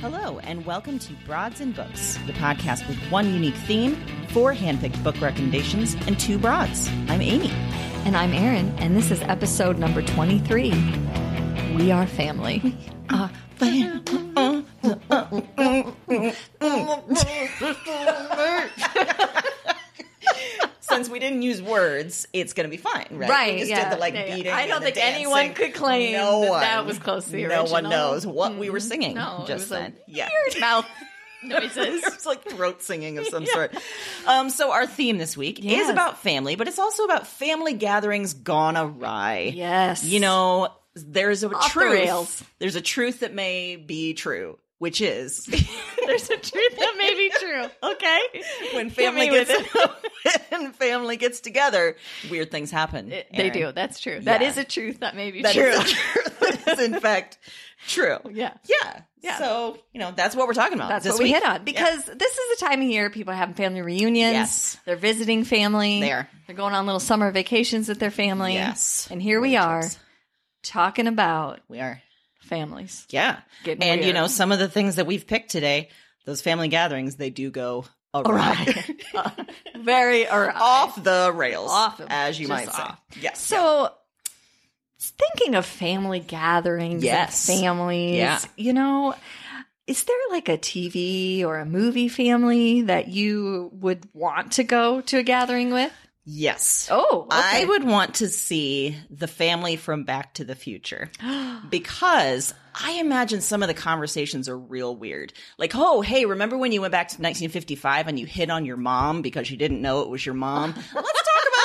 Hello, and welcome to Broads and Books, the podcast with one unique theme, four handpicked book recommendations, and two broads. I'm Amy. And I'm Erin, and this is episode number 23. We are family. Since we didn't use words, it's going to be fine, right? Right, We just yeah. did the like Yeah, yeah. beating. I don't and the think anyone dancing. could claim no that one, that was close to the No one original. Mm-hmm. knows what we were singing No, it was just a then. yeah. mouth It's noises. like throat singing of some sort. Um, so our theme this week is Yes. about family, but it's also about family gatherings gone awry. Yes. You know, there's a Off the truth. rails. There's a truth that may be true, which is there's a truth that may be true. okay when family me with gets when family gets together, weird things happen. It- they Erin. do. That's true. That Yeah. is a truth that may be That true. is a truth that is in fact true. yeah. Yeah. Yeah. So you know that's what we're talking about. That's this what we week. hit on because this is the time of year people are having family reunions. Yes. They're visiting family. They are. They're going on little summer vacations with their family. Yes. And here we are talking about We are. families. Yeah. Getting and you weird. know, some of the things that we've picked today, those family gatherings, they do go awry. Very or off the rails. Off of- as you just might say. off. Yes. So thinking of family gatherings, and Yes. families, Yeah. you know, is there like a TV or a movie family that you would want to go to a gathering with? Yes. Oh, I would want to see the family from Back to the Future because I imagine some of the conversations are real weird. Like, oh, hey, remember when you went back to 1955 and you hit on your mom because you didn't know it was your mom? Let's talk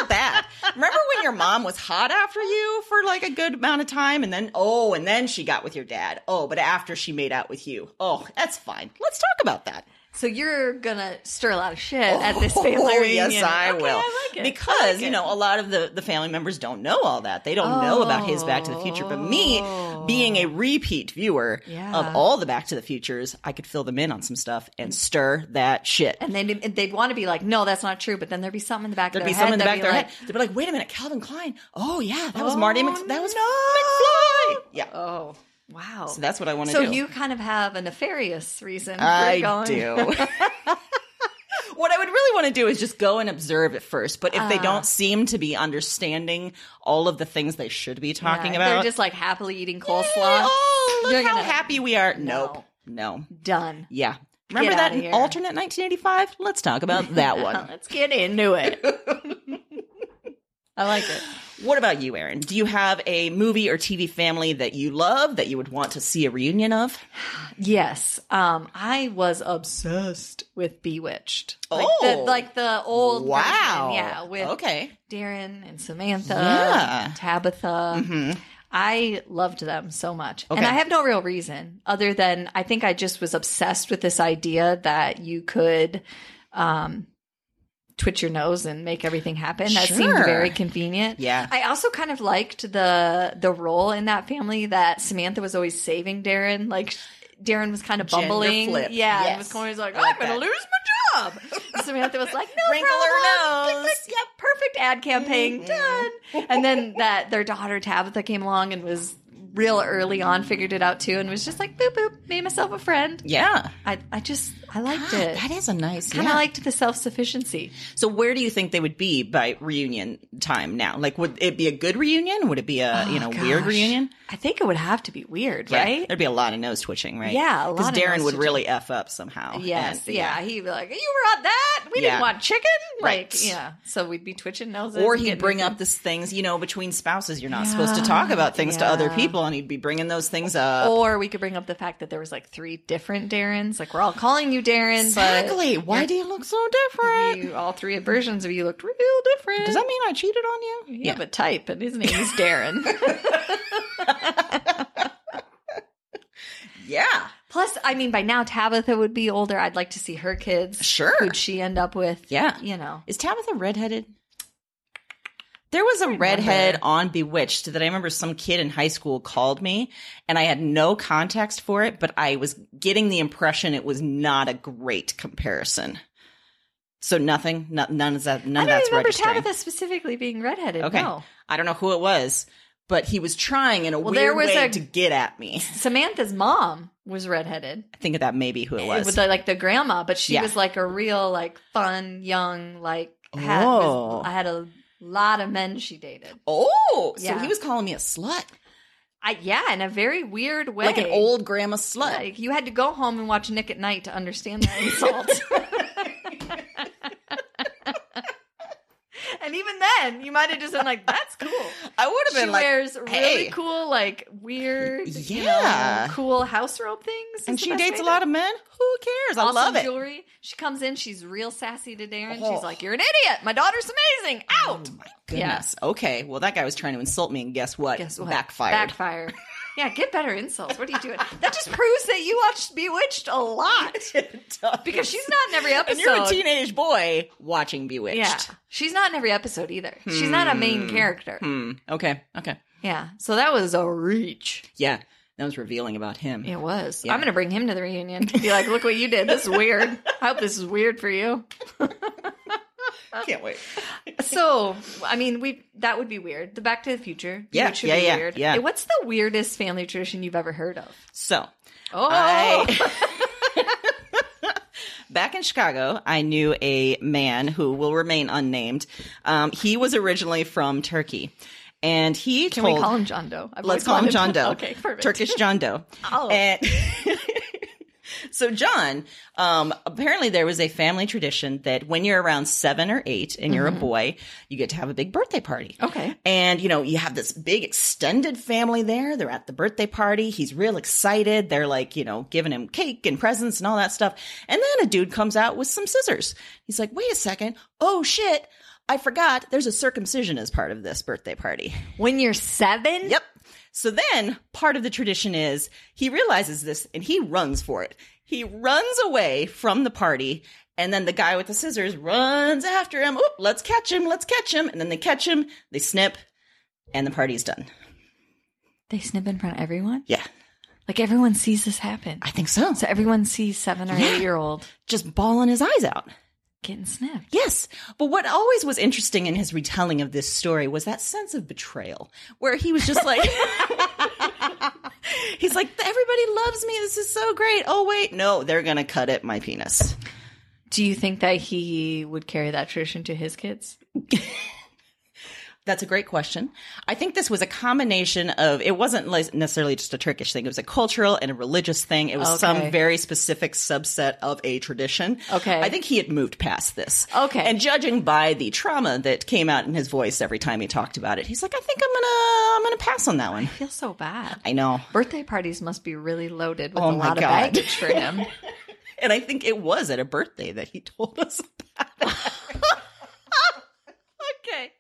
about that. Remember when your mom was hot after you for like a good amount of time and then, oh, and then she got with your dad. Oh, but after she made out with you. Oh, that's fine. Let's talk about that. So you're gonna stir a lot of shit at this family Oh, reunion. Yes, I Okay, will. I like it. Because, you know, a lot of the, the family members don't know all that. They don't know about his Back to the Future. But me, being a repeat viewer Yeah. of all the Back to the Futures, I could fill them in on some stuff and stir that shit. And then and they'd want to be like, no, that's not true. But then there'd be something in the back There'd of be their someone head. in the back that'd of their be head. They'd be like, wait a minute, Calvin Klein. Oh, yeah, that was Marty Mc- That was McFly. Yeah. Oh, wow. So that's what I want to So do. you kind of have a nefarious reason for I going. do. what I would really want to do is just go and observe at first. But if Ah. they don't seem to be understanding all of the things they should be talking Yeah, about, They're just like happily eating "Hey, coleslaw. oh, look You're how gonna- happy we are. No. Nope. No. Done. Yeah. Remember Get that outta here. alternate 1985? Let's talk about that one. Let's get into it. I like it. What about you, Aaron? Do you have a movie or TV family that you love that you would want to see a reunion of? Yes. Um, I was obsessed with Bewitched. Like Oh. the, like the old version, Wow. yeah, with Okay. Darren and Samantha, Yeah. Mm-hmm. and Tabitha. I loved them so much. And Okay. I have no real reason other than I think I just was obsessed with this idea that you could um twitch your nose and make everything happen. That seemed Sure. very convenient. Yeah. I also kind of liked the the role in that family that Samantha was always saving Darren. Like Darren was kind of Gender bumbling. flip. Yeah. Yes. And was always like, I like I'm gonna that. lose my job. Samantha was like, No Wrinkle her problem. nose. Mm-hmm. Yep, perfect ad campaign done. And then that their daughter Tabitha came along and was real early on, figured it out too, and was just like, boop boop, made myself a friend. Yeah. I I just I liked God, it. that is a nice Kind of yeah. liked the self sufficiency. So where do you think they would be by reunion time now? Like would it be a good reunion? Would it be a, you know, weird gosh. reunion? I think it would have to be weird, Yeah, right? There'd be a lot of nose twitching, right? Yeah, a lot Because of Darren nose would twitching. really F up somehow. Yes, And- yeah. He'd be like, "You were on that. We Yeah. didn't want chicken, Right. Like, yeah. So we'd be twitching noses, Or and he'd getting bring into- up this things, you know, between spouses, you're not supposed to talk about things to other yeah. people, and he'd be bringing those things up. Or we could bring up the fact that there was like three different Darrens. Like we're all calling you Darren, exactly. Why do you look so but different? you, all three versions of you looked real different. Does that mean I cheated on you? yeah, but type and his name is Darren. Yeah. Plus, I mean, by now Tabitha would be older. I'd like to see her kids. Sure. who'd she end up with? Yeah. you know. Is Tabitha redheaded? There was a redhead on Bewitched that I remember some kid in high school called me, and I had no context for it, but I was getting the impression it was not a great comparison. So nothing, no, none of that, none I of don't that's remember registering. Tabitha specifically being redheaded. Okay, No. I don't know who it was, but he was trying in a Well, weird there was way a- to get at me. Samantha's mom was redheaded. I think that may be who it was. with the, like the grandma, but she Yeah. was like a real like fun young like had, Oh. was, I had a lot of men she dated. oh, so Yeah. he was calling me a slut, I yeah, in a very weird way. like an old grandma slut. like you had to go home and watch Nick at Night to understand that insult. and even then, you might have just been like, "That's cool." I would have She been like, wears hey. really cool, like weird, Yeah. you know, cool house robe things, and she dates a lot of men. Who cares? I love it. Jewelry. She comes in. She's real sassy to Darren. Oh. She's like, "You're an idiot. My daughter's amazing. Out." Oh my goodness. Okay. Well, that guy was trying to insult me, and guess what? Guess what? Backfired. Backfire. yeah, get better insults. What are you doing? That just proves that you watched Bewitched a lot because she's not in every episode. and you're a teenage boy watching Bewitched. Yeah, she's not in every episode either. She's not a main character. Hmm. Okay. Okay. Yeah, so that was a reach. Yeah. That was revealing about him. It was. Yeah. I'm gonna bring him to the reunion. Be like, look what you did. This is weird. I hope this is weird for you. I can't wait. So, I mean, we that would be weird. The Back to the Future, Yeah, which would yeah, be yeah, weird. yeah. Hey, What's the weirdest family tradition you've ever heard of? So Oh, I. Back in Chicago, I knew a man who will remain unnamed. Um, he was originally from Turkey, and he can told we call him John Doe? I've Let's always call him wanted- John Doe. okay, perfect. Turkish John Doe. Oh. And- so, John, um, apparently there was a family tradition that when you're around seven or eight and you're a boy, you get to have a big birthday party. Mm-hmm. Okay. And, you know, you have this big extended family there. They're at the birthday party. He's real excited. They're like, you know, giving him cake and presents and all that stuff. And then a dude comes out with some scissors. He's like, wait a second. Oh, shit. I forgot there's a circumcision as part of this birthday party. When you're seven, Yep. So then part of the tradition is he realizes this and he runs for it. He runs away from the party. And then the guy with the scissors runs after him. Oop, let's catch him. Let's catch him. And then they catch him. They snip and the party's done. they snip in front of everyone. Yeah. Like everyone sees this happen. I think so. So everyone sees seven or Yeah. eight year old Just bawling his eyes out. getting snipped. Yes. But what always was interesting in his retelling of this story was that sense of betrayal, where he was just like, he's like, everybody loves me. This is so great. Oh, wait. No, they're going to cut at my penis. Do you think that he would carry that tradition to his kids? That's a great question. I think this was a combination of, it wasn't like necessarily just a Turkish thing. It was a cultural and a religious thing. It was Okay. some very specific subset of a tradition. Okay. I think he had moved past this. Okay. And judging by the trauma that came out in his voice every time he talked about it, he's like, I think I'm gonna, I'm gonna pass on that one. I feel so bad. I know. Birthday parties must be really loaded with Oh a my lot of God. baggage for him. And I think it was at a birthday that he told us about it. Okay.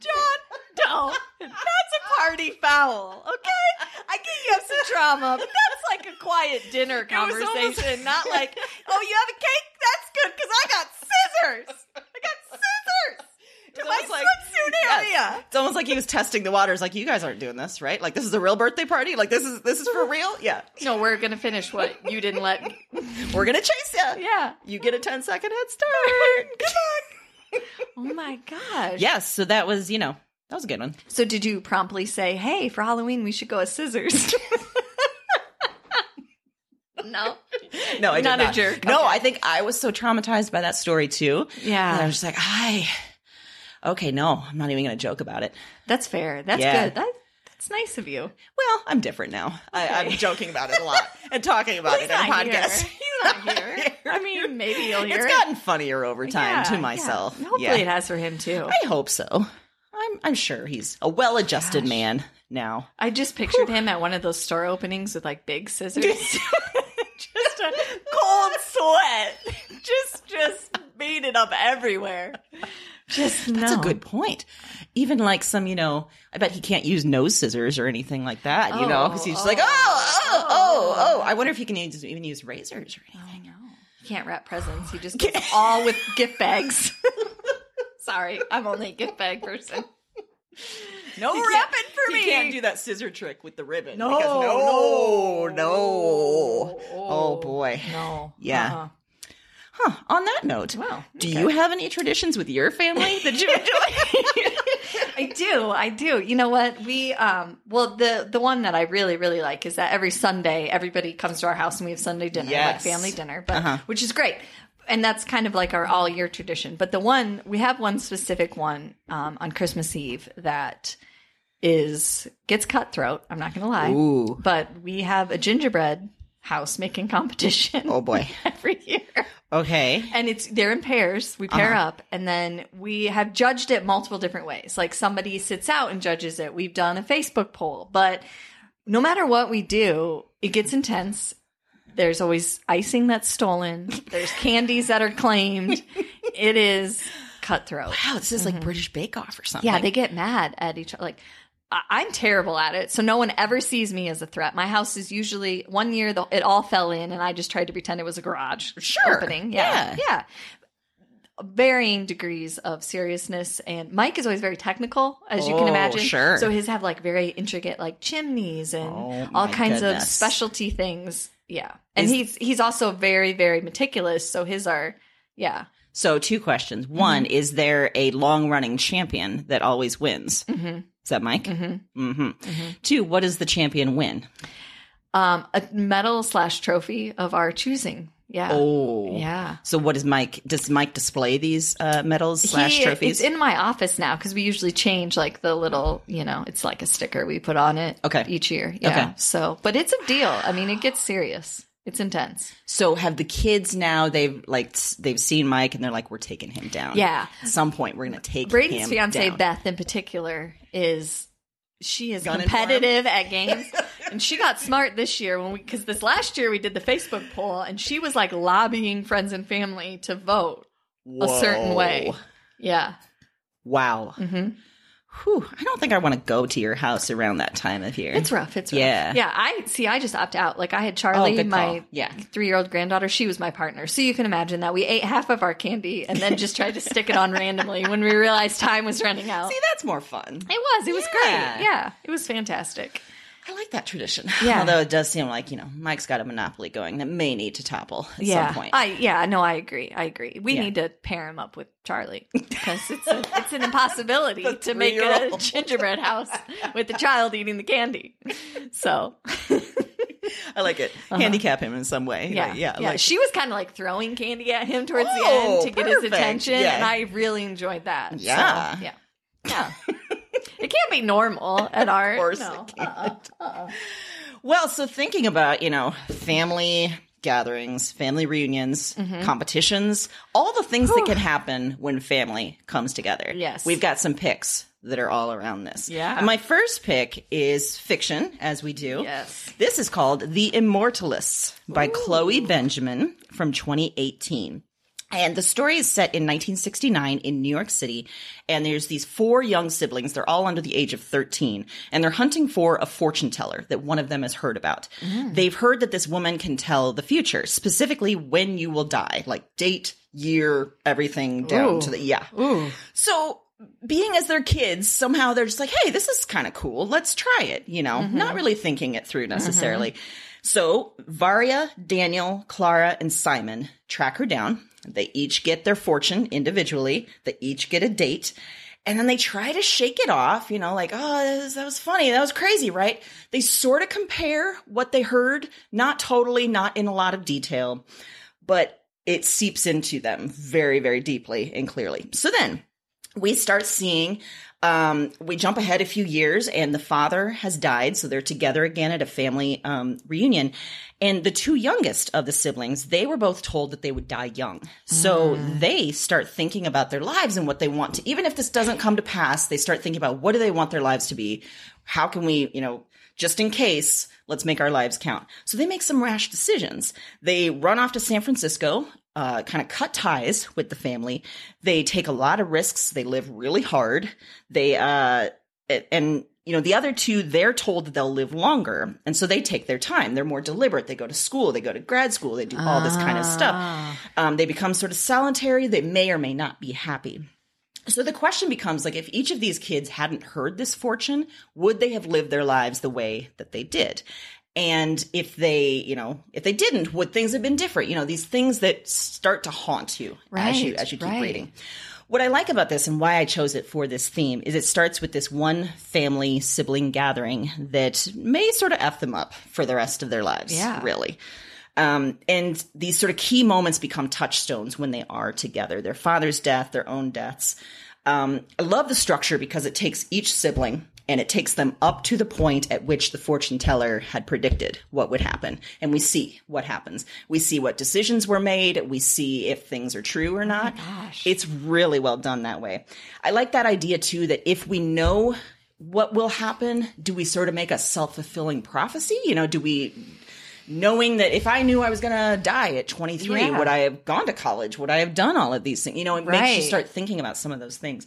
John, don't. That's a party foul, okay? I get you have some trauma, but that's like a quiet dinner was conversation, almost- not like, oh, you have a cake? That's good, because I got scissors. I got scissors to my almost like- swimsuit Yes. area. It's almost like he was testing the waters. Like you guys aren't doing this, right? Like this is a real birthday party. Like this is this is for real. Yeah, No, we're gonna finish what you didn't let. we're gonna chase you. Yeah. You get a 10 second head start. Good luck. Oh my gosh. Yes. So that was you know that was a good one. So did you promptly say, "Hey, for Halloween we should go as scissors"? no. No, I Not did not a jerk. No, I think I was so traumatized by that story too. that I Yeah, was just like, I. Okay, no, I'm not even gonna joke about it. that's fair. That's Yeah. good. That, that's nice of you. Well, I'm different now. I, I'm joking about it a lot and talking about it on not here. podcasts. He's not here. I mean, maybe you'll hear It's it. gotten funnier over time Yeah, to yeah. myself. Hopefully, Yeah. it has for him too. I hope so. I'm I'm sure he's a well-adjusted man now. I just pictured him at one of those store openings with like big scissors. Just a cold sweat. Just, just beaded up everywhere. just That's no. a good point. Even like some, you know, I bet he can't use nose scissors or anything like that, you know, because he's just like, oh, oh, oh, oh. I wonder if he can use, even use razors or I anything. know. He can't wrap presents. He just gets all with gift bags. Sorry, I'm only a gift bag person. No wrapping for he me. can't do that scissor trick with the ribbon. No, because no, no. Oh, boy. No. Yeah. Huh. On that note, Wow, do you have any traditions with your family that you enjoy? I do. I do. You know what? We um well the the one that I really really like is that every Sunday everybody comes to our house and we have Sunday dinner, Yes. Uh-huh. like family dinner, but which is great. And that's kind of like our all year tradition. But the one we have one specific one um, on Christmas Eve that is gets cutthroat. I'm not going to lie. Ooh. But we have a gingerbread house making competition Oh, boy. every year Okay. and it's they're in pairs. We pair up, and then we have judged it multiple different ways. Like somebody sits out and judges it. We've done a Facebook poll, but no matter what we do, it gets intense. There's always icing that's stolen. There's candies that are claimed. It is cutthroat. Wow, this is like British Bake Off or something. Yeah, they get mad at each other. Like, I- I'm terrible at it, so no one ever sees me as a threat. My house is usually one year the, it all fell in, and I just tried to pretend it was a garage Sure. opening. Yeah, yeah, Varying degrees of seriousness, and Mike is always very technical, as you can Oh, imagine. sure. So his have like very intricate like chimneys and Oh, all my kinds of goodness. specialty things. Yeah, and Is- he's he's also very very meticulous. So his are yeah. So, two questions. Mm-hmm. One, is there a long running champion that always wins? Mm-hmm. Is that Mike? Mm-hmm. Mm-hmm. Mhm. Two, what does the champion win? um, a medal slash trophy of our choosing. Yeah. Oh. Yeah. So, what is Mike? Does Mike display these uh, medals slash He- It's trophies? in my office now because we usually change like the little, you know, it's like a sticker we put on it Okay. each year. Yeah. Okay. So, but it's a deal. I mean, it gets serious. It's intense. so, have the kids now? They've like s- they've seen Mike and they're like, we're taking him down. Yeah. At some point, we're gonna take Braden's him fiance down. Beth, in particular, is she is Gunning for him? competitive at games, and she got smart this year when we because this last year we did the Facebook poll, and she was like lobbying friends and family to vote a certain Whoa. way. Yeah. Wow. hmm Whew. I don't think I want to go to your house around that time of year. It's rough. It's rough. Yeah. Yeah. I see. I just opt out. Like I had Oh, Charlie, good my call. Yeah. three-year-old granddaughter. She was my partner, so you can imagine that we ate half of our candy and then just tried to stick it on randomly when we realized time was running out. See, that's more fun. it was. It was Yeah. great. Yeah. It was fantastic. I like that tradition. Yeah. Although it does seem like, you know, Mike's got a monopoly going that may need to topple at yeah. some point. I yeah. No, I agree. I agree. We Yeah. need to pair him up with Charlie because it's a, it's an impossibility to make a three-year-old. gingerbread house with the child eating the candy. So I like it. Handicap him in some way. Uh-huh. Yeah, Like, yeah. like- she was kind of like throwing candy at him towards the Oh, end to get his perfect. attention, Yeah. and I really enjoyed that. So, Yeah. yeah, yeah. It can't be normal at our. Of course no. Uh-uh. it Well, so thinking about, you know, family gatherings, family reunions, Mm-hmm. competitions, all the things that can happen when family comes together. Yes. We've got some picks that are all around this. Yeah. And my first pick is fiction, as we do. Yes. This is called The Immortalists by Chloe Benjamin from 2018. And the story is set in 1969 in New York City. And there's these four young siblings. They're all under the age of 13. And they're hunting for a fortune teller that one of them has heard about. They've heard that this woman can tell the future, specifically when you will die, like date, year, everything down to the, yeah. So being as their kids, somehow they're just like, hey, this is kind of cool. Let's try it, you know, not really thinking it through necessarily. So Varia, Daniel, Clara, and Simon track her down. They each get their fortune individually, they each get a date. And then they try to shake it off, you know, like, oh, that was, that was funny. That was crazy, right? They sort of compare what they heard, not totally, not in a lot of detail, but it seeps into them very, very deeply and clearly. So then we start seeing um, we jump ahead a few years and the father has died so they're together again at a family um, reunion and the two youngest of the siblings they were both told that they would die young so they start thinking about their lives and what they want to even if this doesn't come to pass they start thinking about what do they want their lives to be how can we you know just in case let's make our lives count so they make some rash decisions they run off to san francisco uh, kind of cut ties with the family. They take a lot of risks. They live really hard. They uh, a- and you know the other two, they're told that they'll live longer, and so they take their time. They're more deliberate. They go to school. They go to grad school. They do all this kind of stuff. Um, they become sort of solitary. They may or may not be happy. So the question becomes like if each of these kids hadn't heard this fortune, would they have lived their lives the way that they did? And if they, you know, if they didn't, would things have been different? You know, these things that start to haunt you as you Right, as you keep right. reading. What I like about this and why I chose it for this theme is it starts with this one family sibling gathering that may sort of F them up for the rest of their lives, Yeah. really. Um, and these sort of key moments become touchstones when they are together their father's death, their own deaths. Um, I love the structure because it takes each sibling and it takes them up to the point at which the fortune teller had predicted what would happen. And we see what happens. We see what decisions were made. We see if things are true or not. It's really well done that way. I like that idea too that if we know what will happen, do we sort of make a self fulfilling prophecy? You know, do we knowing that if I knew I was going to die at 23, Yeah. would I have gone to college? Would I have done all of these things? You know, it makes you Right. start thinking about some of those things.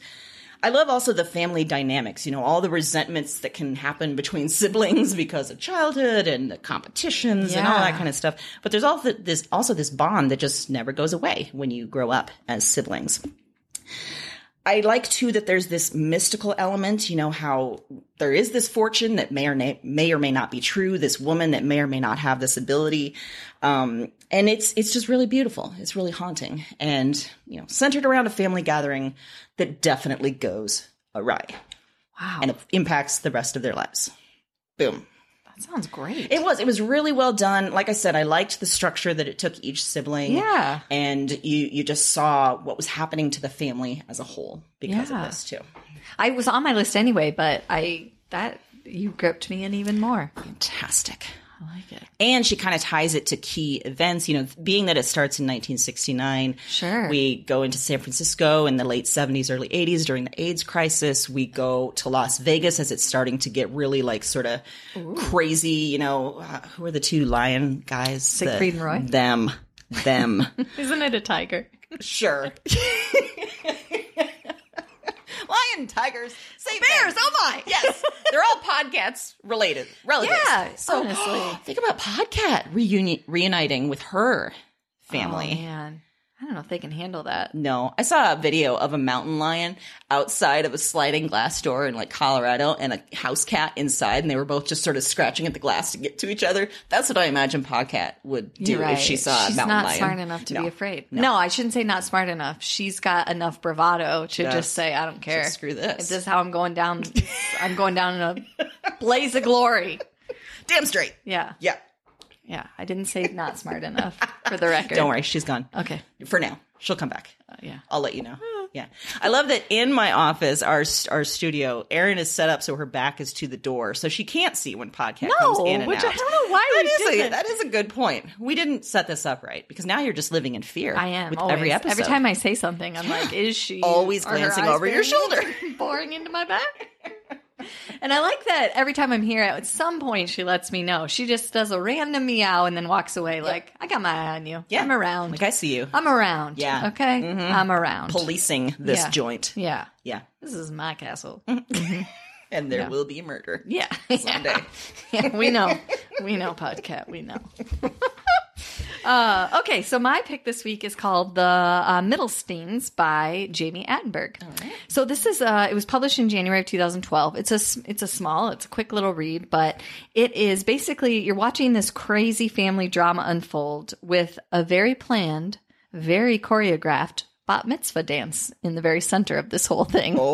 I love also the family dynamics, you know, all the resentments that can happen between siblings because of childhood and the competitions and all that Yeah. kind of stuff. But there's also this also this bond that just never goes away when you grow up as siblings. I like too that there's this mystical element, you know, how there is this fortune that may or may, may or may not be true, this woman that may or may not have this ability. Um, and it's it's just really beautiful. It's really haunting and, you know, centered around a family gathering that definitely goes awry Wow. and it impacts the rest of their lives. Boom. that sounds great. It was. It was really well done. Like I said, I liked the structure that it took each sibling. Yeah. And you you just saw what was happening to the family as a whole because Yeah. of this too. I was on my list anyway, but I that you gripped me in even more. Fantastic. I like it. And she kind of ties it to key events, you know, being that it starts in 1969. Sure. We go into San Francisco in the late 70s, early 80s during the AIDS crisis. We go to Las Vegas as it's starting to get really like sort of crazy, you know, uh, who are the two lion guys? Siegfried The- and Roy? Them. Them. Isn't it a tiger? Sure. Lion, tigers, say bears. Oh my! Yes, they're all podcasts related, relatives. Yeah, honestly. think about podcat reuni- reuniting with her family. Oh, man, I don't know if they can handle that. No, I saw a video of a mountain lion outside of a sliding glass door in like Colorado and a house cat inside, and they were both just sort of scratching at the glass to get to each other. That's what I imagine Podcat would do You're right. if she saw She's a mountain not lion. smart enough to No. be afraid. No. I shouldn't say not smart enough. She's got enough bravado to just say, "I don't care. Just screw this. If this is how I'm going down, I'm going down in a blaze of glory." Damn straight. Yeah, Yeah. yeah. I didn't say not smart enough for the record. Don't worry, she's gone Okay. for now. She'll come back. yeah. I'll let you know. Yeah. I love that in my office, our our studio, Erin is set up so her back is to the door, so she can't see when podcast comes in and which out. I don't know why that we is a did that is a good point. We didn't set this up right because now you're just living in fear. I am with always. every episode. Every time I say something, I'm like, is she Always are her glancing eyes over your bearing shoulder. me? boring into my back? And I like that every time I'm here, at some point she lets me know. She just does a random meow and then walks away. Like I got my eye on you. Yeah. I'm around. Um, like I see you I'm around. Yeah. Okay. Mhm. I'm around. policing this Yeah. joint. Yeah. Yeah, This is my castle. and there Yeah. will be murder Yeah. Mm-hmm. someday. Yeah, we know. We know, Podcat. We know. uh, okay, so my pick this week is called The uh, Middlesteins by Jamie Attenberg. So this is uh, it was published in January of 2012. It's a s- it's a small, it's a quick little read, but it is basically you're watching this crazy family drama unfold with a very planned, very choreographed bat mitzvah dance in the very center of this whole thing.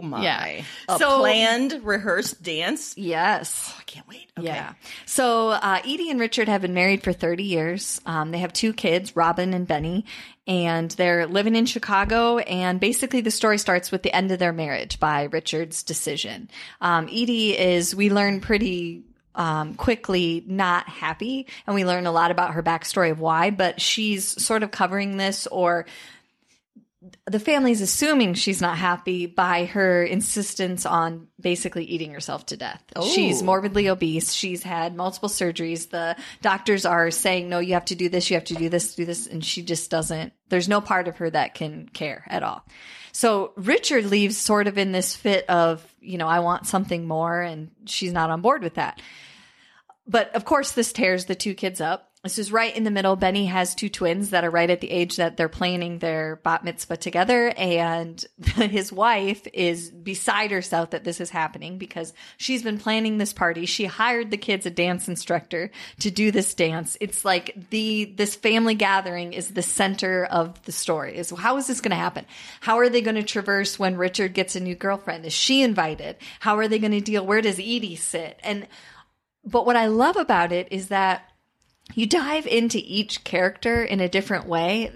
Oh my! Yeah. A So- planned, rehearsed dance. Yes. I can't wait. Okay. Yeah. So uh, Edie and Richard have been married for 30 years. Um, they have two kids, Robin and Benny, and they're living in Chicago. And basically, the story starts with the end of their marriage by Richard's decision. Um, Edie is, we learn pretty. Um, quickly not happy, and we learn a lot about her backstory of why, but she's sort of covering this or the family's assuming she's not happy by her insistence on basically eating herself to death. She's morbidly obese. She's had multiple surgeries. The doctors are saying, no, you have to do this, you have to do this, do this. And she just doesn't, there's no part of her that can care at all. So Richard leaves sort of in this fit of, you know, I want something more. And she's not on board with that but of course this tears the two kids up this is right in the middle benny has two twins that are right at the age that they're planning their bat mitzvah together and his wife is beside herself that this is happening because she's been planning this party she hired the kids a dance instructor to do this dance it's like the this family gathering is the center of the story is how is this going to happen how are they going to traverse when richard gets a new girlfriend is she invited how are they going to deal where does edie sit and but what I love about it is that you dive into each character in a different way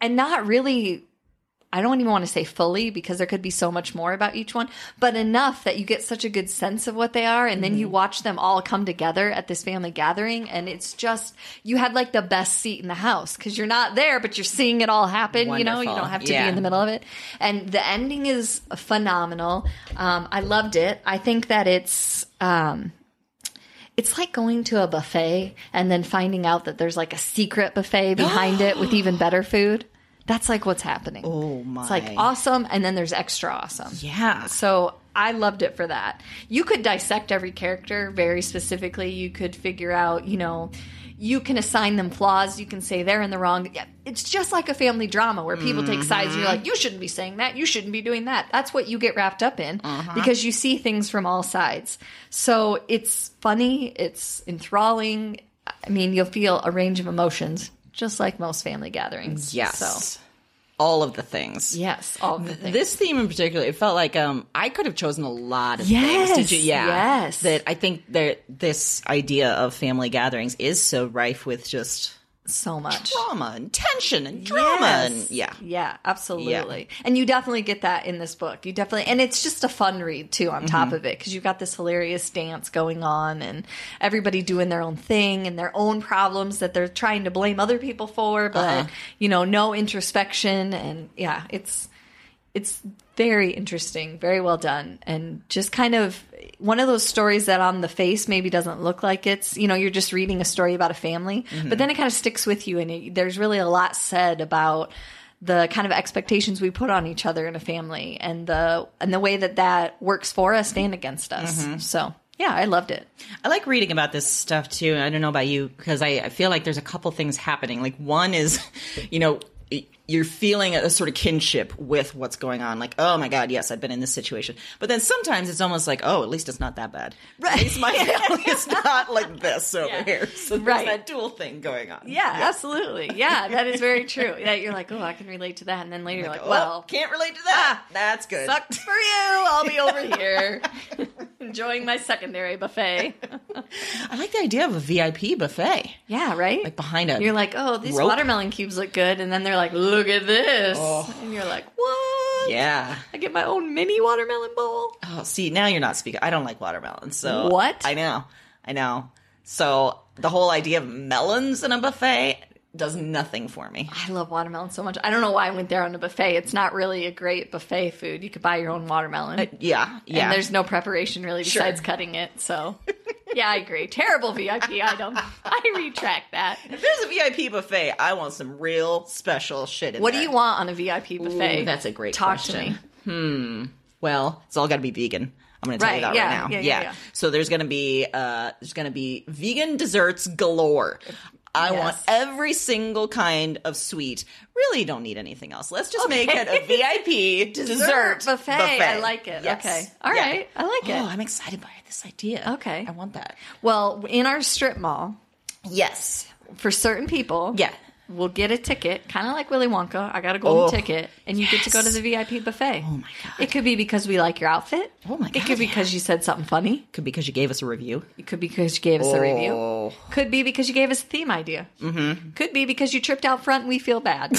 and not really I don't even want to say fully because there could be so much more about each one, but enough that you get such a good sense of what they are. And then you Mm-hmm. watch them all come together at this family gathering. And it's just, you had like the best seat in the house because you're not there, but you're seeing it all happen. You know, you Wonderful. don't have to be Yeah. in the middle of it. And the ending is phenomenal. Um, I loved it. I think that it's, um, it's like going to a buffet and then finding out that there's like a secret buffet behind it with even better food. That's like what's happening. Oh my! It's like awesome, and then there's extra awesome. Yeah. So I loved it for that. You could dissect every character very specifically. You could figure out, you know, you can assign them flaws. You can say they're in the wrong. Yeah, It's just like a family drama where people take sides and you're Mm-hmm. like, you shouldn't be saying that. You shouldn't be doing that. That's what you get wrapped up in Uh-huh. because you see things from all sides. So it's funny, it's enthralling. I mean, you'll feel a range of emotions, just like most family gatherings. So, Yes. All of the things. yes, all of the things. This theme in particular, it felt like um I could have chosen a lot of Yes, things. Did you? Yeah. yes. That I think that this idea of family gatherings is so rife with just so much. trauma and tension and drama and yeah. Yeah, absolutely. And you definitely get that in this book. You definitely, and it's just a fun read too, on top of it, because you've got this hilarious dance going on and everybody doing their own thing and their own problems that they're trying to blame other people for, but, you know, no introspection. And yeah, it's, it's very interesting, very well done, and just kind of one of those stories that on the face maybe doesn't look like it's you know you're just reading a story about a family, but then it kind of sticks with you, and it, there's really a lot said about the kind of expectations we put on each other in a family, and the and the way that that works for us and against us. So yeah, I loved it. I like reading about this stuff too. and I don't know about you because I, I feel like there's a couple things happening. Like one is, you know, y- you're feeling a sort of kinship with what's going on. Like, oh my God, yes, I've been in this situation. But then sometimes it's almost like, oh, at least it's not that bad. Right. At least my family is not like this over here. So there's Right. that dual thing going on. Yeah, absolutely. Yeah, that is very true. That you're like, oh, I can relate to that, and then later you're like, Oh, well, ah, can't relate to that. That's good. Sucks for you. I'll be over here enjoying my secondary buffet. I like the idea of a VIP buffet, Yeah, right? like behind a. you're like, oh, these Rope. watermelon cubes look good. And then they're like, look at this. And you're like, what? Oh. yeah. I get my own mini watermelon bowl. Oh, see, now you're not speaking. I don't like watermelon, so What? I know, I know. So the whole idea of melons in a buffet does nothing for me. I love watermelon so much. I don't know why I went there on a buffet. It's not really a great buffet food. You could buy your own watermelon. Yeah, Uh, yeah. And there's no preparation really besides cutting it. So, yeah, I agree. Terrible VIP item. I retract that. if there's a VIP buffet, I want some real special shit. In What do there. you want on a VIP buffet? Ooh, that's a great Talk question. to me. Well, it's all got to be vegan. I'm going to tell you Right, that yeah, right now. yeah, yeah, yeah. So there's going to be uh there's going to be vegan desserts galore. I want Yes. every single kind of sweet. Really don't need anything else. Let's just make it a VIP dessert, buffet. I like it. Okay. all right, I Yeah. like it. Oh, I'm excited by this idea. Okay. I want that. Well, in our strip mall, Yes. for certain people, Yeah. we'll get a ticket, kind of like Willy Wonka. I got a golden Oh, ticket, and you get to go to yes. the VIP buffet. Oh my God. It could be because we like your outfit. Oh my It God, could be because you said something funny. Could because you gave us a review. It could be because you gave us a review. Oh. Could be because you gave us a theme idea. Mm-hmm. Could be because you tripped out front and we feel bad.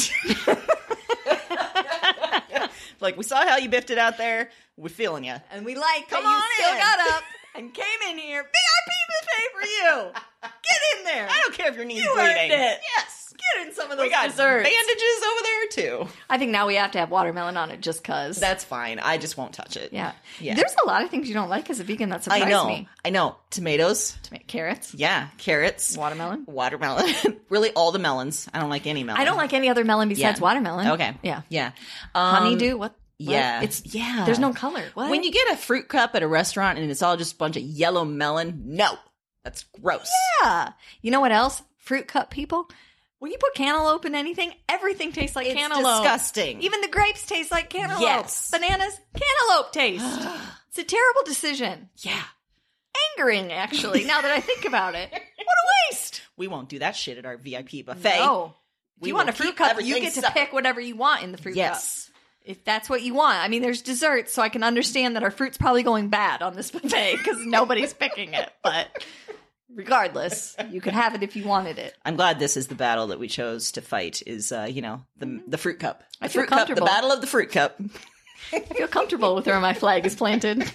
Like we saw how you biffed it out there. We're feeling you. and we like that Come you on still in. got up and came in here. VIP buffet for you. Get in there. I don't care if your knees You earned bleeding. it. Yes. Get in some of those We got desserts. bandages over there too. I think now we have to have watermelon on it just cause. That's fine. I just won't touch it. yeah. Yeah. There's a lot of things you don't like as a vegan that surprise I know. me. I know. Tomatoes. Toma- Carrots, Yeah. Carrots. watermelon. Watermelon. really, all the melons. I don't like any melon. I don't like any other melon Yeah. besides watermelon. Okay. Yeah. Yeah. Um, Honeydew. What? what? yeah. It's Yeah. There's no color. What? When you get a fruit cup at a restaurant and it's all just a bunch of yellow melon, no, that's gross. Yeah. You know what else? Fruit cup people. When you put cantaloupe in anything, everything tastes like It's cantaloupe. disgusting. Even the grapes taste like cantaloupe. Yes. Bananas, cantaloupe taste. it's a terrible decision. yeah. Angering, actually, now that I think about it. What a waste. We won't do that shit at our VIP buffet. No. If We you want will a fruit keep cup, you everything get to separate. pick whatever you want in the fruit cup. Yes. If that's what you want. I mean, there's desserts, so I can understand that our fruit's probably going bad on this buffet because nobody's picking it. But regardless, you could have it if you wanted it. I'm glad this is the battle that we chose to fight. Is uh, you know the the fruit cup, the Mm-hmm. feel fruit cup, the comfortable. battle of the fruit cup. I feel comfortable with where my flag is planted.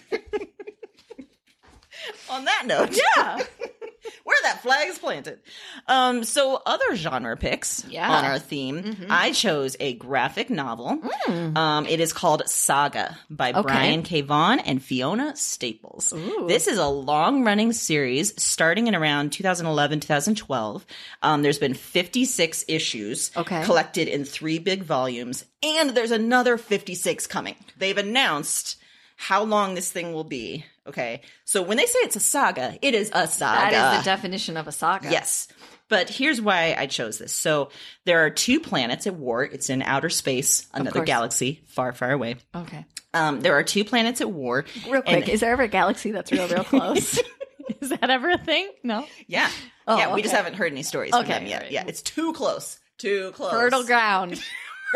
On that note, Yeah. where that flag is planted. Um, so other genre picks Yeah. Mm-hmm. on our theme. I chose a graphic novel. Mm. Um, it is called Saga by Brian K. Vaughan and Fiona Staples. This is a long running series starting in around 2011, 2012. Um, there's been 56 issues Okay. collected in three big volumes and there's another 56 coming. They've announced how long this thing will be. Okay. So when they say it's a saga, it is a saga. That is the definition of a saga. Yes. But here's why I chose this. So there are two planets at war. It's in outer space, another course. galaxy, far, far away. Okay. Um, there are two planets at war. Real quick, is there ever a galaxy that's real, real close? is that ever a thing? No. Yeah. Oh, yeah, we just okay. haven't heard any stories from Okay, them yet. all right. Yeah, it's too close. Too close. Fertile ground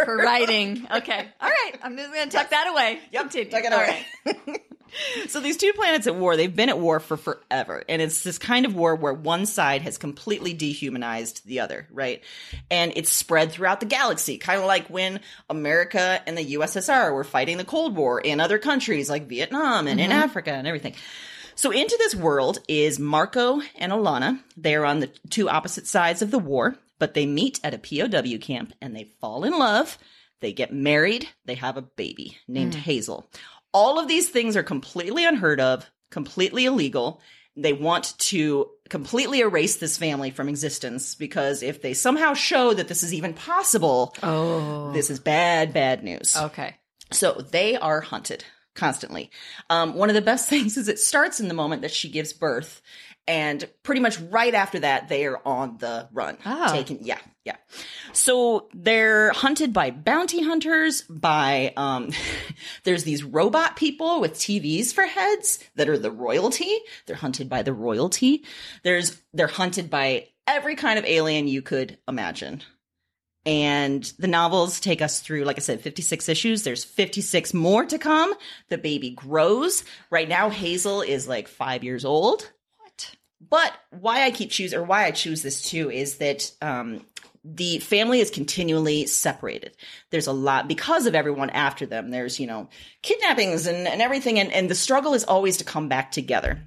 for writing. Okay. All right. I'm just going to tuck that away. Yep, Continue. tuck it All away. right. So these two planets at war, they've been at war for forever. And it's this kind of war where one side has completely dehumanized the other, right? And it's spread throughout the galaxy, kind of like when America and the USSR were fighting the Cold War in other countries like Vietnam and in Mm-hmm. Africa and everything. So into this world is Marco and Alana. They are on the two opposite sides of the war, but they meet at a POW camp and they fall in love. They get married. They have a baby named Hazel. All of these things are completely unheard of, completely illegal. They want to completely erase this family from existence because if they somehow show that this is even possible, Oh. this is bad, bad news. Okay. So they are hunted constantly. Um, one of the best things is it starts in the moment that she gives birth, and pretty much right after that, they are on the run. Ah. Taken, yeah, yeah. So they're hunted by bounty hunters. By um, there's these robot people with TVs for heads that are the royalty. They're hunted by the royalty. There's they're hunted by every kind of alien you could imagine and the novels take us through like i said 56 issues there's 56 more to come the baby grows right now hazel is like five years old what But why I keep choose or why I choose this too is that um, the family is continually separated. There's a lot because of everyone after them. There's, you know, kidnappings and, and everything. And, and the struggle is always to come back together.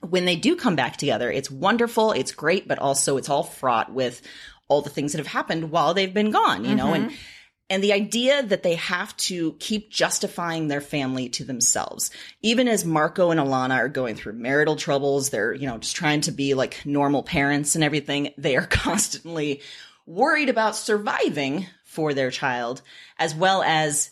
When they do come back together, it's wonderful, it's great, but also it's all fraught with all the things that have happened while they've been gone, you know, and and the idea that they have to keep justifying their family to themselves. Even as Marco and Alana are going through marital troubles, they're, you know, just trying to be like normal parents and everything, they are constantly worried about surviving for their child as well as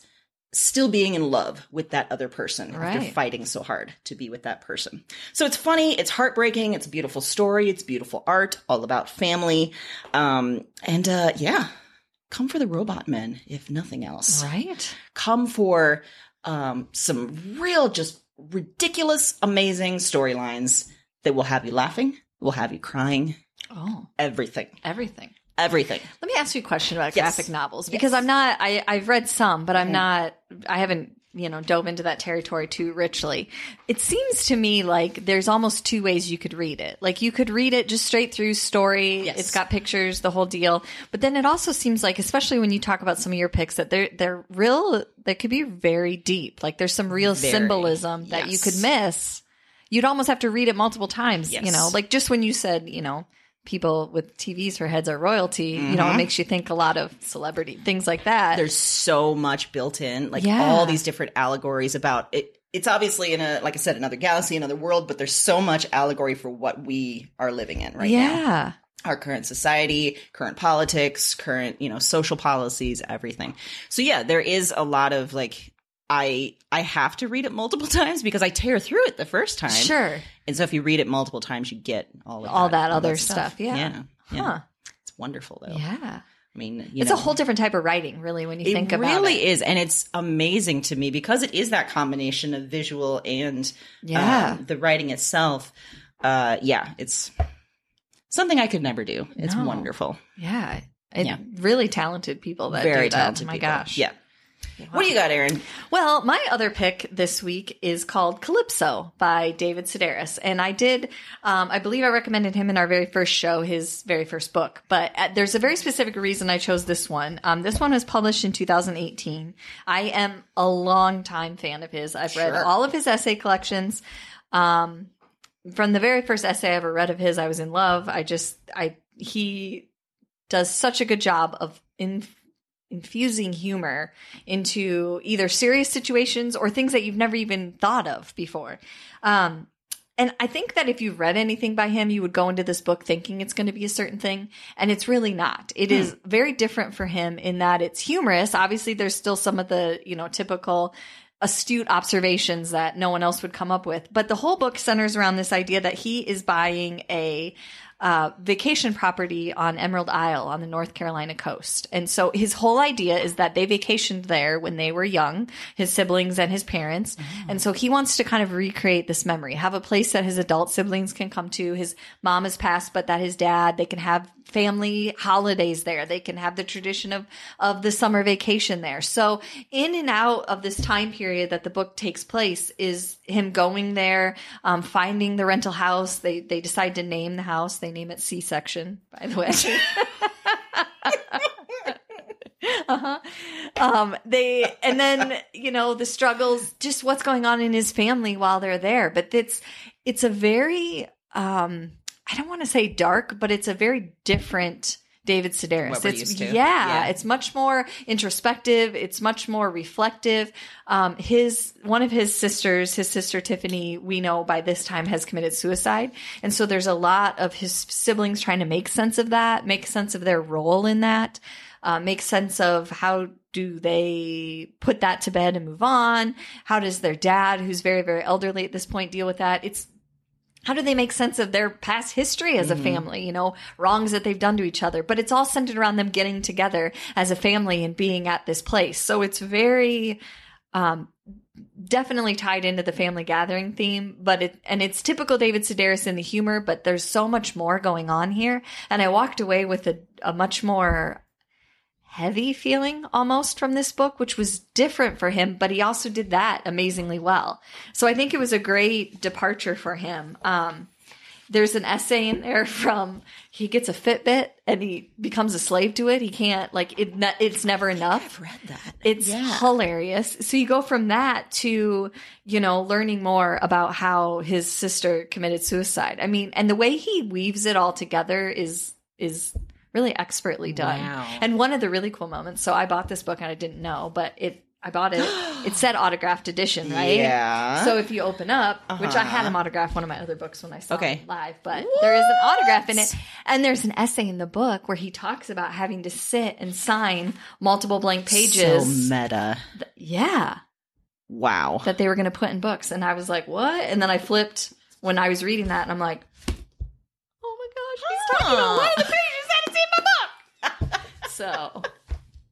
still being in love with that other person after Right. fighting so hard to be with that person. So it's funny, it's heartbreaking, it's a beautiful story, it's beautiful art, all about family. Um and uh yeah, come for the robot men if nothing else Right. come for um, some real, just ridiculous, amazing storylines that will have you laughing, will have you crying, Oh, everything, everything. everything. Let me ask you a question about Yes. graphic novels because I'm not I I've read some, but I'm not I haven't, you know, dove into that territory too richly. It seems to me like there's almost two ways you could read it. Like you could read it just straight through story, Yes. it's got pictures, the whole deal. But then it also seems like especially when you talk about some of your picks that they're they're real they could be very deep. Like there's some real Very. symbolism that you could Yes. miss. You'd almost have to read it multiple times, you Yes. know. Like just when you said, you know, people with TVs for heads are royalty, you know, it makes you think a lot of celebrity things like that. Mm-hmm. There's so much built in, like Yeah. all these different allegories about it. It's obviously in a, like I said, another galaxy, another world, but there's so much allegory for what we are living in right now. yeah. our current society, current politics, current, you know, social policies, everything. So yeah, there is a lot of like I I have to read it multiple times because I tear through it the first time. Sure. And so if you read it multiple times, you get all of All that, that other stuff, yeah. Yeah. yeah. Huh. It's wonderful though. Yeah. I mean, you It's know, a whole different type of writing, really, when you it think about really it. is, and it's amazing to me because it is that combination of visual and Yeah. um, the writing itself. Uh, yeah, it's something I could never do. It's No. wonderful. yeah. It- Yeah. Really talented people that do very that. Oh talented. My people. gosh. Yeah. What do you got, Aaron? Well, my other pick this week is called Calypso by David Sedaris. And I did, um, I believe I recommended him in our very first show, his very first book. But uh, there's a very specific reason I chose this one. Um, this one was published in 2018. I am a longtime fan of his. I've read Sure. all of his essay collections. Um, from the very first essay I ever read of his, I was in love. I just, I, he does such a good job of in, infusing humor into either serious situations or things that you've never even thought of before. Um, and I think that if you read anything by him, you would go into this book thinking it's going to be a certain thing, and it's really not. It is very different for him in that it's humorous. Obviously, there's still some of the you know typical astute observations that no one else would come up with, but the whole book centers around this idea that he is buying a uh, vacation property on Emerald Isle on the North Carolina coast. And so his whole idea is that they vacationed there when they were young, his siblings and his parents. And so he wants to kind of recreate this memory, have a place that his adult siblings can come to. His mom has passed, but that his dad, they can have family holidays there. They can have the tradition of, of the summer vacation there. So in and out of this time period that the book takes place is him going there, um, finding the rental house. They, they decide to name the house. They name it C-section, by the way. uh-huh. um, they and then you know the struggles just what's going on in his family while they're there but it's it's a very um i don't want to say dark but it's a very different david sedaris What we're it's used to. Yeah, Yeah. it's much more introspective it's much more reflective um his one of his sisters his sister tiffany we know by this time has committed suicide and so there's a lot of his siblings trying to make sense of that make sense of their role in that uh, make sense of how do they put that to bed and move on how does their dad who's very very elderly at this point deal with that it's how do they make sense of their past history as a family you know wrongs that they've done to each other but it's all centered around them getting together as a family and being at this place so it's very um, definitely tied into the family gathering theme, but it and it's typical David Sedaris in the humor, but there's so much more going on here. And I walked away with a, a much more heavy feeling almost from this book, which was different for him, but he also did that amazingly well. So I think it was a great departure for him. Um, There's an essay in there from he gets a Fitbit and he becomes a slave to it. He can't like it. ne- It's never enough. read that. It's hilarious. So you go from that to, you know, learning more about how his sister committed suicide. I mean, and the way he weaves it all together is is really expertly done. Wow. And one of the really cool moments, so I bought this book and I didn't know, but it I bought it. It said autographed edition, right? Yeah. So if you open up, which I had Uh-huh. him autograph one of my other books when I saw Okay. it live, but there is an autograph in it. And there's an essay in the book where he talks about having to sit and sign multiple blank pages. So meta. yeah, Wow. that they were going to put in books. And I was like, what? And then I flipped when I was reading that and I'm like, oh my gosh, he's talking about one of the pages that is in my book. so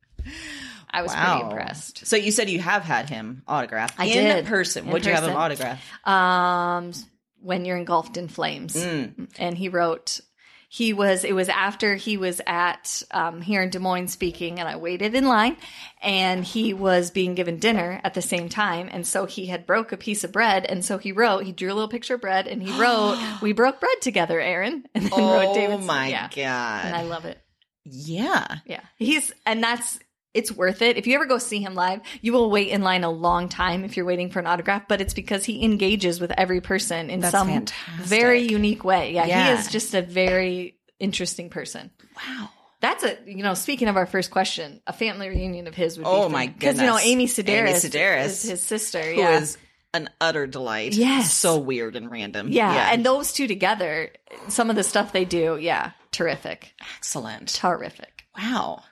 I was pretty impressed. So you said you have had him autograph I in did. person. In Would you have him person. autograph? Um, when you're engulfed in flames. Mm. and he wrote he was it was after he was at um, here in des moines speaking and i waited in line and he was being given dinner at the same time and so he had broke a piece of bread and so he wrote he drew a little picture of bread and he wrote we broke bread together aaron and then wrote Oh david's my yeah. and i god! love it Yeah, yeah he's and that's it's worth it if you ever go see him live you will wait in line a long time if you're waiting for an autograph but it's because he engages with every person in that's some fantastic. very unique way. Yeah, Yeah. he is just a very interesting person. wow. That's a you know. Speaking of our first question, a family reunion of his would. Oh, be my Because you know goodness. Amy Amy Sedaris, Sedaris. is his sister. Who is yeah. an utter delight. Yes. so weird and random. yeah, and those two together, some of the stuff they do, yeah, terrific, excellent. terrific. Wow.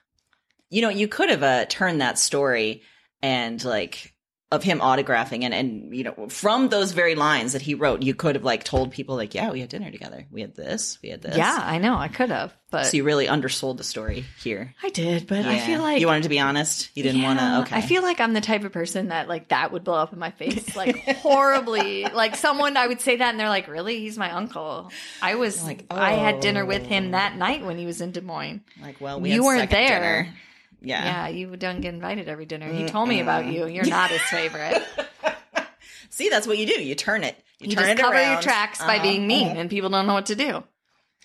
You know, you could have uh, turned that story and like of him autographing and and you know from those very lines that he wrote, you could have like told people like, yeah, we had dinner together. We had this. We had this. Yeah, I know. I could have, but So you really undersold the story here. I did. But I Yeah. feel like you wanted to be honest. You didn't want Yeah, to. Okay. I feel like I'm the type of person that like that would blow up in my face, like horribly. like someone I would say that, and they're like, "Really? He's my uncle." I was Like, like, I had dinner with oh. him that night when he was in Des Moines. like well, we you had weren't second there. dinner. Yeah. Mm, Yeah, you don't get invited every dinner. He told me about you. You're not his favorite. See, that's what you do. You turn it. You, You turn just it cover around. your tracks by Uh-huh. being mean, and people don't know what to do.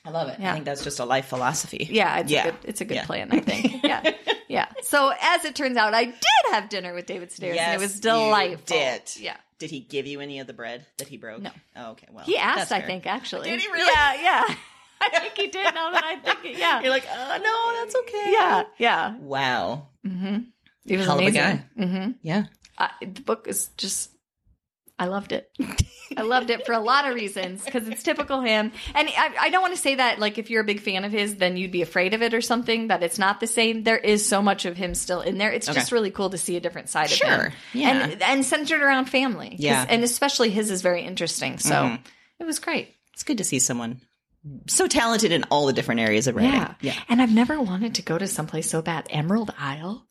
I love it. I Yeah. think that's just a life philosophy. Yeah, it's Yeah. a good, it's a good Yeah. plan, I think. Yeah, yeah. So as it turns out, I did have dinner with David Stairs, and Yes, it was you delightful. did. Yeah. Did he give you any of the bread that he broke? No. Oh, okay. Well, He that's asked, I fair. think, actually. Did he really? Yeah, yeah. I think he did. Now that I think, it, yeah, You're like, uh, no, that's okay. yeah, yeah. Wow. Mm-hmm. It was Hell of a amazing. guy. Mm-hmm. Yeah. I, the book is just. I loved it. I loved it for a lot of reasons because it's typical him. And I, I don't want to say that, like, if you're a big fan of his, then you'd be afraid of it or something, that it's not the same. There is so much of him still in there. It's Okay. just really cool to see a different side of Sure. him. Yeah. And, and centered around family. 'Cause- Yeah. And especially his is very interesting. So Mhm. it was great. It's good to see someone so talented in all the different areas of writing. Yeah. Yeah. And I've never wanted to go to someplace so bad. Emerald Isle.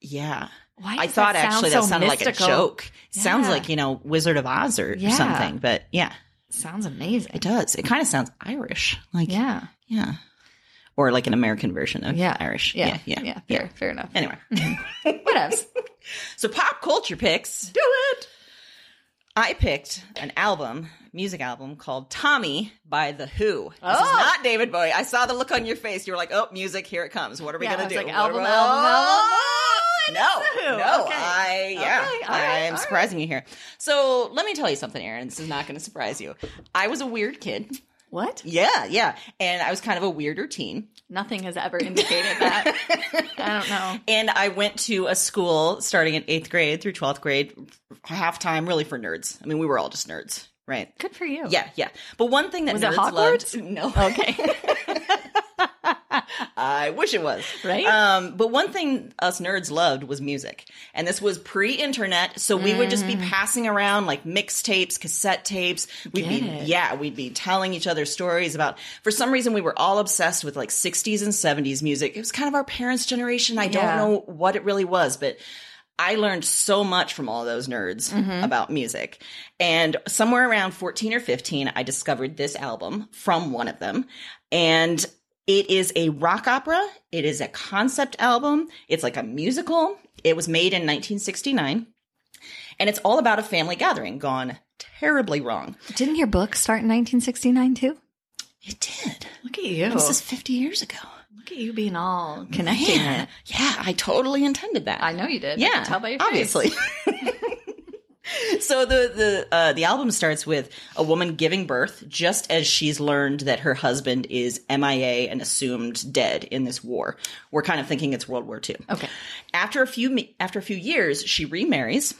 Yeah. Why? I does thought that sound actually that so sounded like mystical? a joke. Sounds Yeah. like, you know, Wizard of Oz or, or Yeah. something. But yeah, Sounds amazing. it does. It kind of sounds Irish. Like, yeah. Yeah. Or like an American version of Yeah. Irish. Yeah. Yeah. Yeah. Fair. Fair enough. Anyway. What else? So pop culture picks. Do it. I picked an album, music album called Tommy by The Who. This Oh. is not David Bowie. I saw the look on your face. You were like, "Oh, music, here it comes. What are we Yeah, gonna I was do?" like, What album, are we- album, album. No, Who. no, Okay. I yeah, Okay, all I right, am all surprising you here. So let me tell you something, Aaron. This is not going to surprise you. I was a weird kid. What? Yeah, yeah, and I was kind of a weirder teen. Nothing has ever indicated that. I don't know. And I went to a school starting in eighth grade through 12th grade, half time, really for nerds. I mean, we were all just nerds, right? Good for you. Yeah, yeah. But one thing that Was it nerds Hogwarts? loved. No. Okay. I wish it was. Right? Um, but one thing us nerds loved was music. And this was pre internet. So we would just be Mm. passing around like mixtapes, cassette tapes. We'd be, it. yeah, we'd be telling each other stories about, for some reason, we were all obsessed with like 60s and 70s music. It was kind of our parents' generation. I don't Yeah. know what it really was, but I learned so much from all those nerds Mm-hmm. about music. And somewhere around 14 or 15, I discovered this album from one of them. And it is a rock opera, it is a concept album, it's like a musical. It was made in 1969. And it's all about a family gathering gone terribly wrong. Didn't your book start in 1969 too? It did. Look at you. This is 50 years ago. Look at you being all connecting Man, it. yeah, I totally intended that. I know you did. I Yeah, can tell by your face. obviously. so the the uh, the album starts with a woman giving birth just as she's learned that her husband is MIA and assumed dead in this war. We're kind of thinking it's World War II. Okay. After a few me- after a few years, she remarries,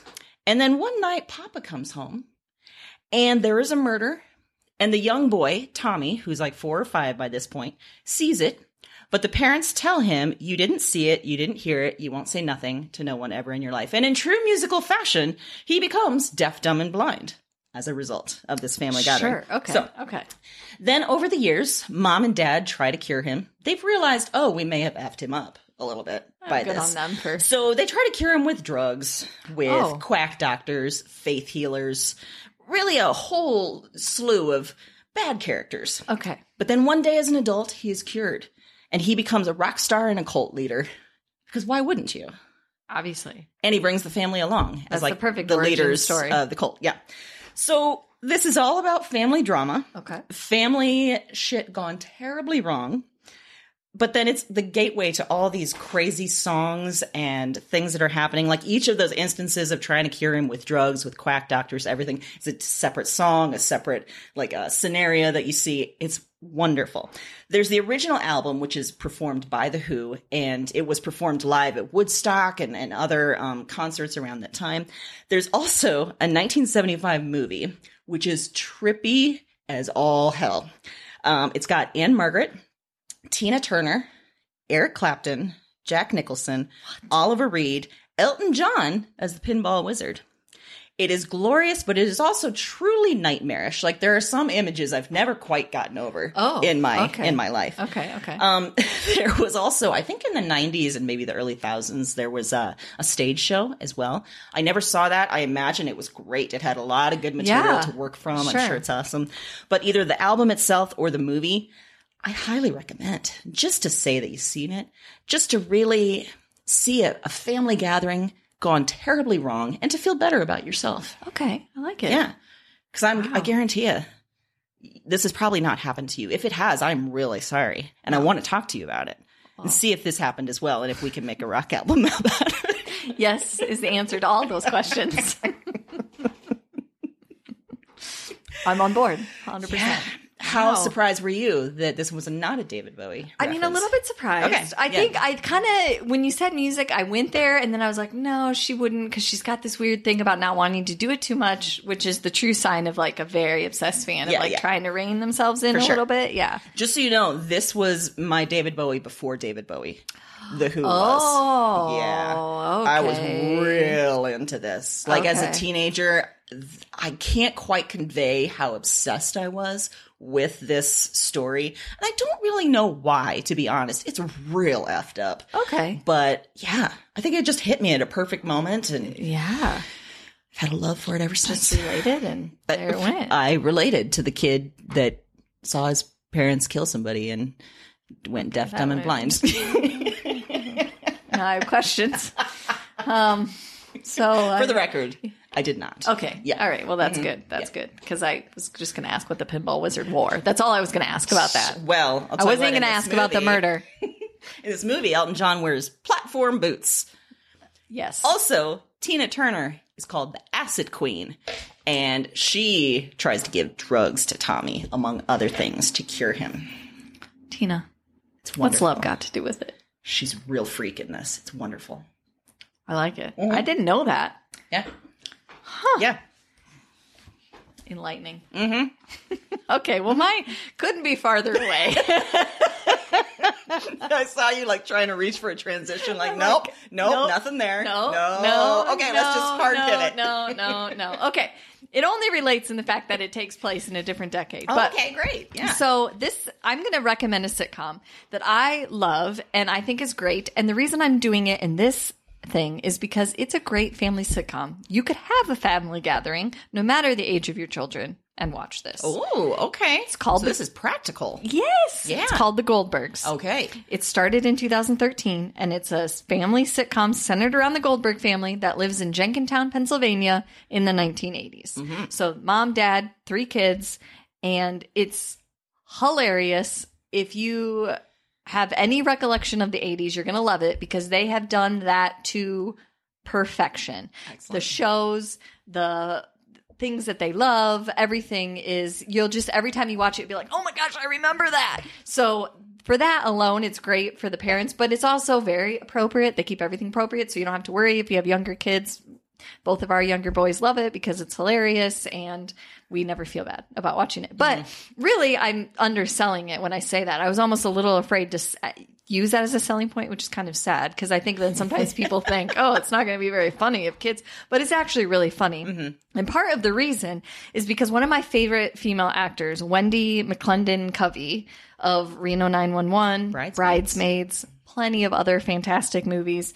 and then one night Papa comes home, and there is a murder, and the young boy Tommy, who's like four or five by this point, sees it. But the parents tell him, You didn't see it, you didn't hear it, you won't say nothing to no one ever in your life. And in true musical fashion, he becomes deaf, dumb, and blind as a result of this family gathering. Sure. Okay. So okay. then over the years, mom and dad try to cure him. They've realized, oh, we may have effed him up a little bit by Ah, Good this. on them for So they try to cure him with drugs, with Oh. quack doctors, faith healers, really a whole slew of bad characters. Okay. But then one day as an adult, he is cured and he becomes a rock star and a cult leader. Because why wouldn't you? Obviously. and he brings the family along That's as the like perfect the origin leaders story. of the cult. Yeah. So this is all about family drama, Okay. family shit gone terribly wrong. But then it's the gateway to all these crazy songs and things that are happening. Like each of those instances of trying to cure him with drugs, with quack doctors, everything is a separate song, a separate like a scenario that you see. It's wonderful. There's the original album, which is performed by The Who, and it was performed live at Woodstock and, and other um, concerts around that time. There's also a 1975 movie, which is trippy as all hell. Um, it's got Anne Margaret, Tina Turner, Eric Clapton, Jack Nicholson, Oliver Reed, Elton John as the pinball wizard. It is glorious, but it is also truly nightmarish. Like there are some images I've never quite gotten over Oh, in my okay. in my life. Okay. Okay. Um, there was also, I think, in the '90s and maybe the early thousands, there was a, a stage show as well. I never saw that. I imagine it was great. It had a lot of good material Yeah, to work from. sure. I'm sure it's awesome. But either the album itself or the movie, I highly recommend. Just to say that you've seen it, just to really see a, a family gathering gone terribly wrong, and to feel better about yourself. okay. I like it. Yeah. Because I'm, I guarantee you, this has probably not happened to you. If it has, I'm really sorry. And I want to talk to you about it and see if this happened as well and if we can make a rock album about it. Yes is the answer to all those questions. I'm on board. 100%. How Wow. surprised were you that this was not a David Bowie? I mean, a reference? little bit surprised. Okay, I yeah. think I kind of, when you said music, I went there and then I was like, no, she wouldn't because she's got this weird thing about not wanting to do it too much, which is the true sign of like a very obsessed fan of Yeah, like yeah. trying to rein themselves in For a sure. little bit. Yeah. Just so you know, this was my David Bowie before David Bowie. The Who Oh, was. Yeah. I was okay. real into this. Like as a Okay. teenager, th- I can't quite convey how obsessed I was with this story. And I don't really know why, to be honest. It's real effed up. Okay. But yeah, I think it just hit me at a perfect moment and I've Yeah. had a love for it ever Just since. related and there it went. I related to the kid that saw his parents kill somebody and went deaf, dumb, and way. blind. Now I have questions. Um, so for the record, I did not. Okay. Yeah. Mm-hmm. All right. Well, that's good. That's good. Because I was just going to ask what the pinball wizard wore. That's all I was going to ask about that. Well, I'll I tell you wasn't what, going in to this ask about the movie- murder. In this movie, Elton John wears platform boots. Yes. Also, Tina Turner is called the Acid Queen, and she tries to give drugs to Tommy, among other things, to cure him. Tina, It's what's wonderful. love got to do with it? She's a real freak in this. It's wonderful. I like it. Mm-hmm. I didn't know that. Yeah. Yeah. Enlightening. Mm-hmm. okay. Well, mine couldn't be farther away. I saw you like trying to reach for a transition. Like, nope, nope, nope, nothing there. No, no. no. Okay, let's just no, hard no, pivot. No, no, no. Okay. It only relates in the fact that it takes place in a different decade. But Oh, okay, great. Yeah. So this, I'm going to recommend a sitcom that I love and I think is great. And the reason I'm doing it in this thing is because it's a great family sitcom. You could have a family gathering no matter the age of your children. and watch this. Oh, okay. It's called So the- this is practical. Yes. Yeah. Oh. It's called The Goldbergs. Okay. It started in 2013, and it's a family sitcom centered around the Goldberg family that lives in Jenkintown, Pennsylvania in the 1980s. So, mom, dad, three kids, and it's hilarious. If you have any recollection of the 80s, you're going to love it because they have done that to perfection. The shows, the things that they love, everything is, you'll just, every time you watch it, be like, oh my gosh, I remember that. So, for that alone, it's great for the parents, but it's also very appropriate. They keep everything appropriate, so you don't have to worry if you have younger kids. Both of our younger boys love it because it's hilarious and we never feel bad about watching it. But really, I'm underselling it when I say that. I was almost a little afraid to s- uh, use that as a selling point, which is kind of sad because I think then sometimes people think, oh, it's not going to be very funny if kids, but it's actually really funny. And part of the reason is because one of my favorite female actors, Wendy McClendon Covey of Reno 911, Bridesmaids. Bridesmaids, plenty of other fantastic movies,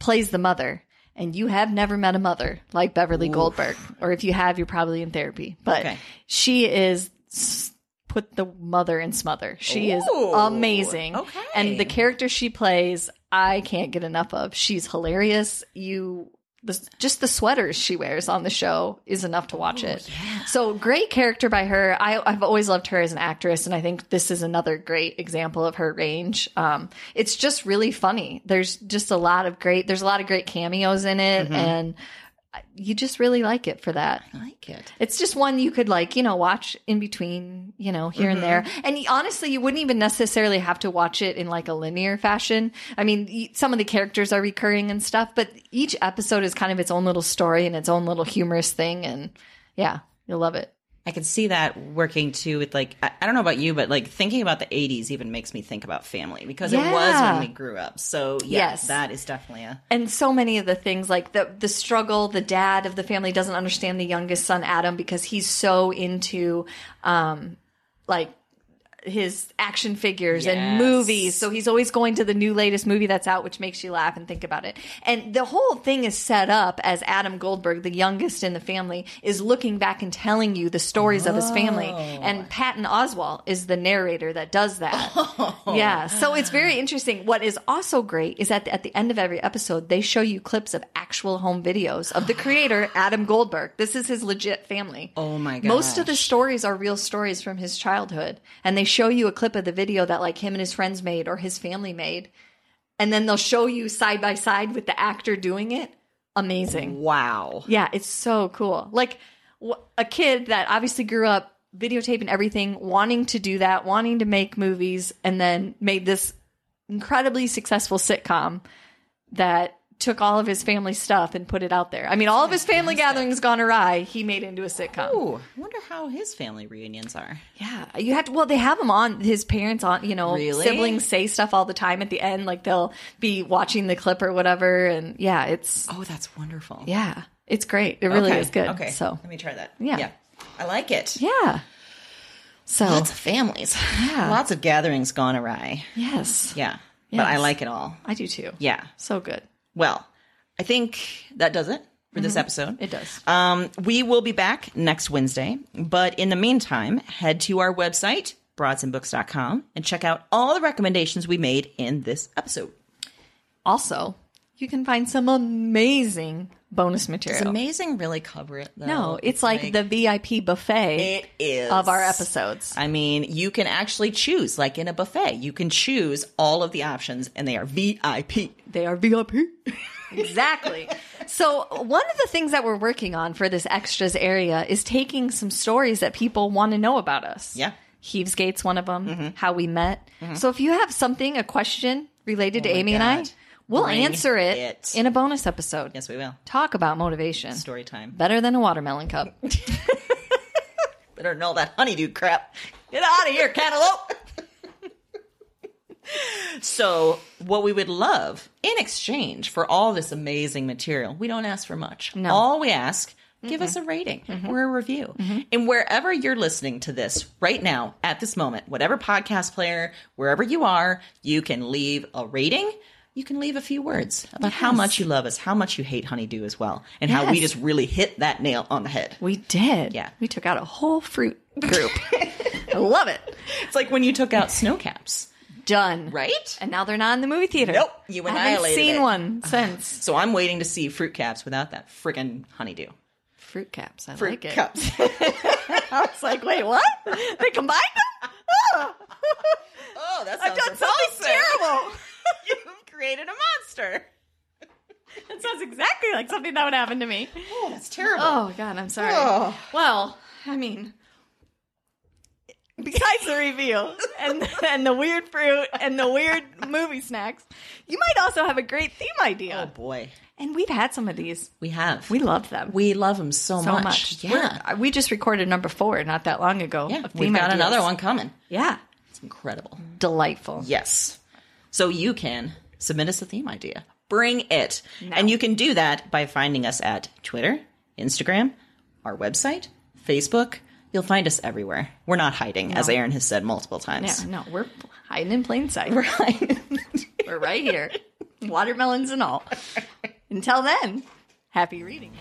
plays the mother. And you have never met a mother like Beverly Goldberg, or if you have, you're probably in therapy. But Okay. she is s- put the mother in smother. She is Ooh. amazing. Okay. And the character she plays, I can't get enough of. She's hilarious. You the, just the sweaters she wears on the show is enough to watch it. So great character by her. I, I've always loved her as an actress, and I think this is another great example of her range. Um, it's just really funny. There's just a lot of great. There's a lot of great cameos in it, and I- you just really like it for that. I like it. It's just one you could like, you know, watch in between, you know, here and there. And y- honestly, you wouldn't even necessarily have to watch it in like a linear fashion. I mean, y- some of the characters are recurring and stuff, but each episode is kind of its own little story and its own little humorous thing. And yeah, you'll love it. I can see that working too with like I, I don't know about you, but like thinking about the '80s even makes me think about family because it was Yeah. when we grew up. So yeah, Yes. that is definitely a and so many of the things like the the struggle the dad of the family doesn't understand the youngest son adam because he's so into um like his action figures and Yes. movies so he's always going to the new latest movie that's out which makes you laugh and think about it and the whole thing is set up as adam goldberg the youngest in the family is looking back and telling you the stories of his family and patton oswalt is the narrator that does that yeah. So it's very interesting. What is also great is that at the end of every episode, they show you clips of actual home videos of the creator, Adam Goldberg. This is his legit family. oh my god. Most of the stories are real stories from his childhood. And they show you a clip of the video that like him and his friends made or his family made. And then they'll show you side by side with the actor doing it. Amazing. wow. Yeah, it's so cool. Like wh- a kid that obviously grew up videotaping everything, wanting to do that, wanting to make movies, and then made this incredibly successful sitcom that took all of his family stuff and put it out there. I mean, all of his family gatherings gone awry, he made into a sitcom. Ooh, I wonder how his family reunions are. Yeah, you have to. Well, they have him on. His parents on. You know, Really? siblings say stuff all the time at the end. Like they'll be watching the clip or whatever. And yeah, it's Oh, that's wonderful. yeah, it's great. It really Okay, is good. Okay, So let me try that. Yeah. I like it. Yeah. So Lots of families. Yeah. Lots of gatherings gone awry. yes, Yeah. But I Yes. like it all. I do too. Yeah. So good. Well, I think that does it for this episode. It does. Um, we will be back next Wednesday. But in the meantime, head to our website, broadsandbooks.com, and check out all the recommendations we made in this episode. also, you can find some amazing bonus Does material. amazing really cover it, though? no, Oh, it's like, the VIP buffet It is. of our episodes. I mean, you can actually choose, like in a buffet, you can choose all of the options, and they are VIP. They are VIP. exactly. So, one of the things that we're working on for this extras area is taking some stories that people want to know about us. Yeah. Heaves Gates, one of them, how we met. So, if you have something, a question related to Amy and I, God. we'll Bring answer it, it. in a bonus episode. Yes, we will. Talk about motivation. Story time. Better than a watermelon cup. Better know that honeydew crap. Get out of here, cantaloupe. so, what we would love in exchange for all this amazing material, we don't ask for much. No. Mm-hmm. All we ask, give us a rating or a review. And wherever you're listening to this right now, at this moment, whatever podcast player, wherever you are, you can leave a rating. you can leave a few words about how much you love us, how much you hate honeydew as well, and how we Yes. just really hit that nail on the head. We did. Yeah. We took out a whole fruit group. I love it. It's like when you took out snowcaps, Done. right? And now they're not in the movie theater. Nope, you I haven't annihilated seen it. one since. So I'm waiting to see fruit caps without that friggin' honeydew. Fruit caps. I like Fruit it. cups. I was like, wait, what? They combined them? oh, that sounds done something repulsive. terrible. You've created a monster. That sounds exactly like something that would happen to me. Oh, that's terrible. Oh God, I'm sorry. Oh. Well, I mean, besides the reveal and and the weird fruit and the weird movie snacks, you might also have a great theme Oh, idea. boy, And we've had some of these. we have We love them. we love them so, so much. Yeah, We're- we just recorded number four not that long ago. yeah. of We've theme got ideas. Mm. another one coming. Yeah, It's incredible. delightful. Yes. So you can submit us a theme idea. Bring it. And you can do that by finding us at Twitter, Instagram, our website, Facebook. You'll find us everywhere. We're not hiding, as Aaron has said multiple Yeah, times. no, we're hiding in plain sight. Right. We're right here, watermelons and all. Until then, happy reading.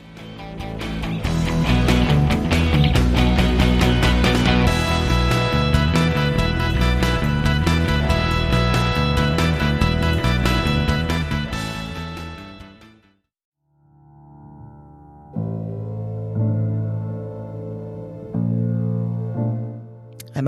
I'm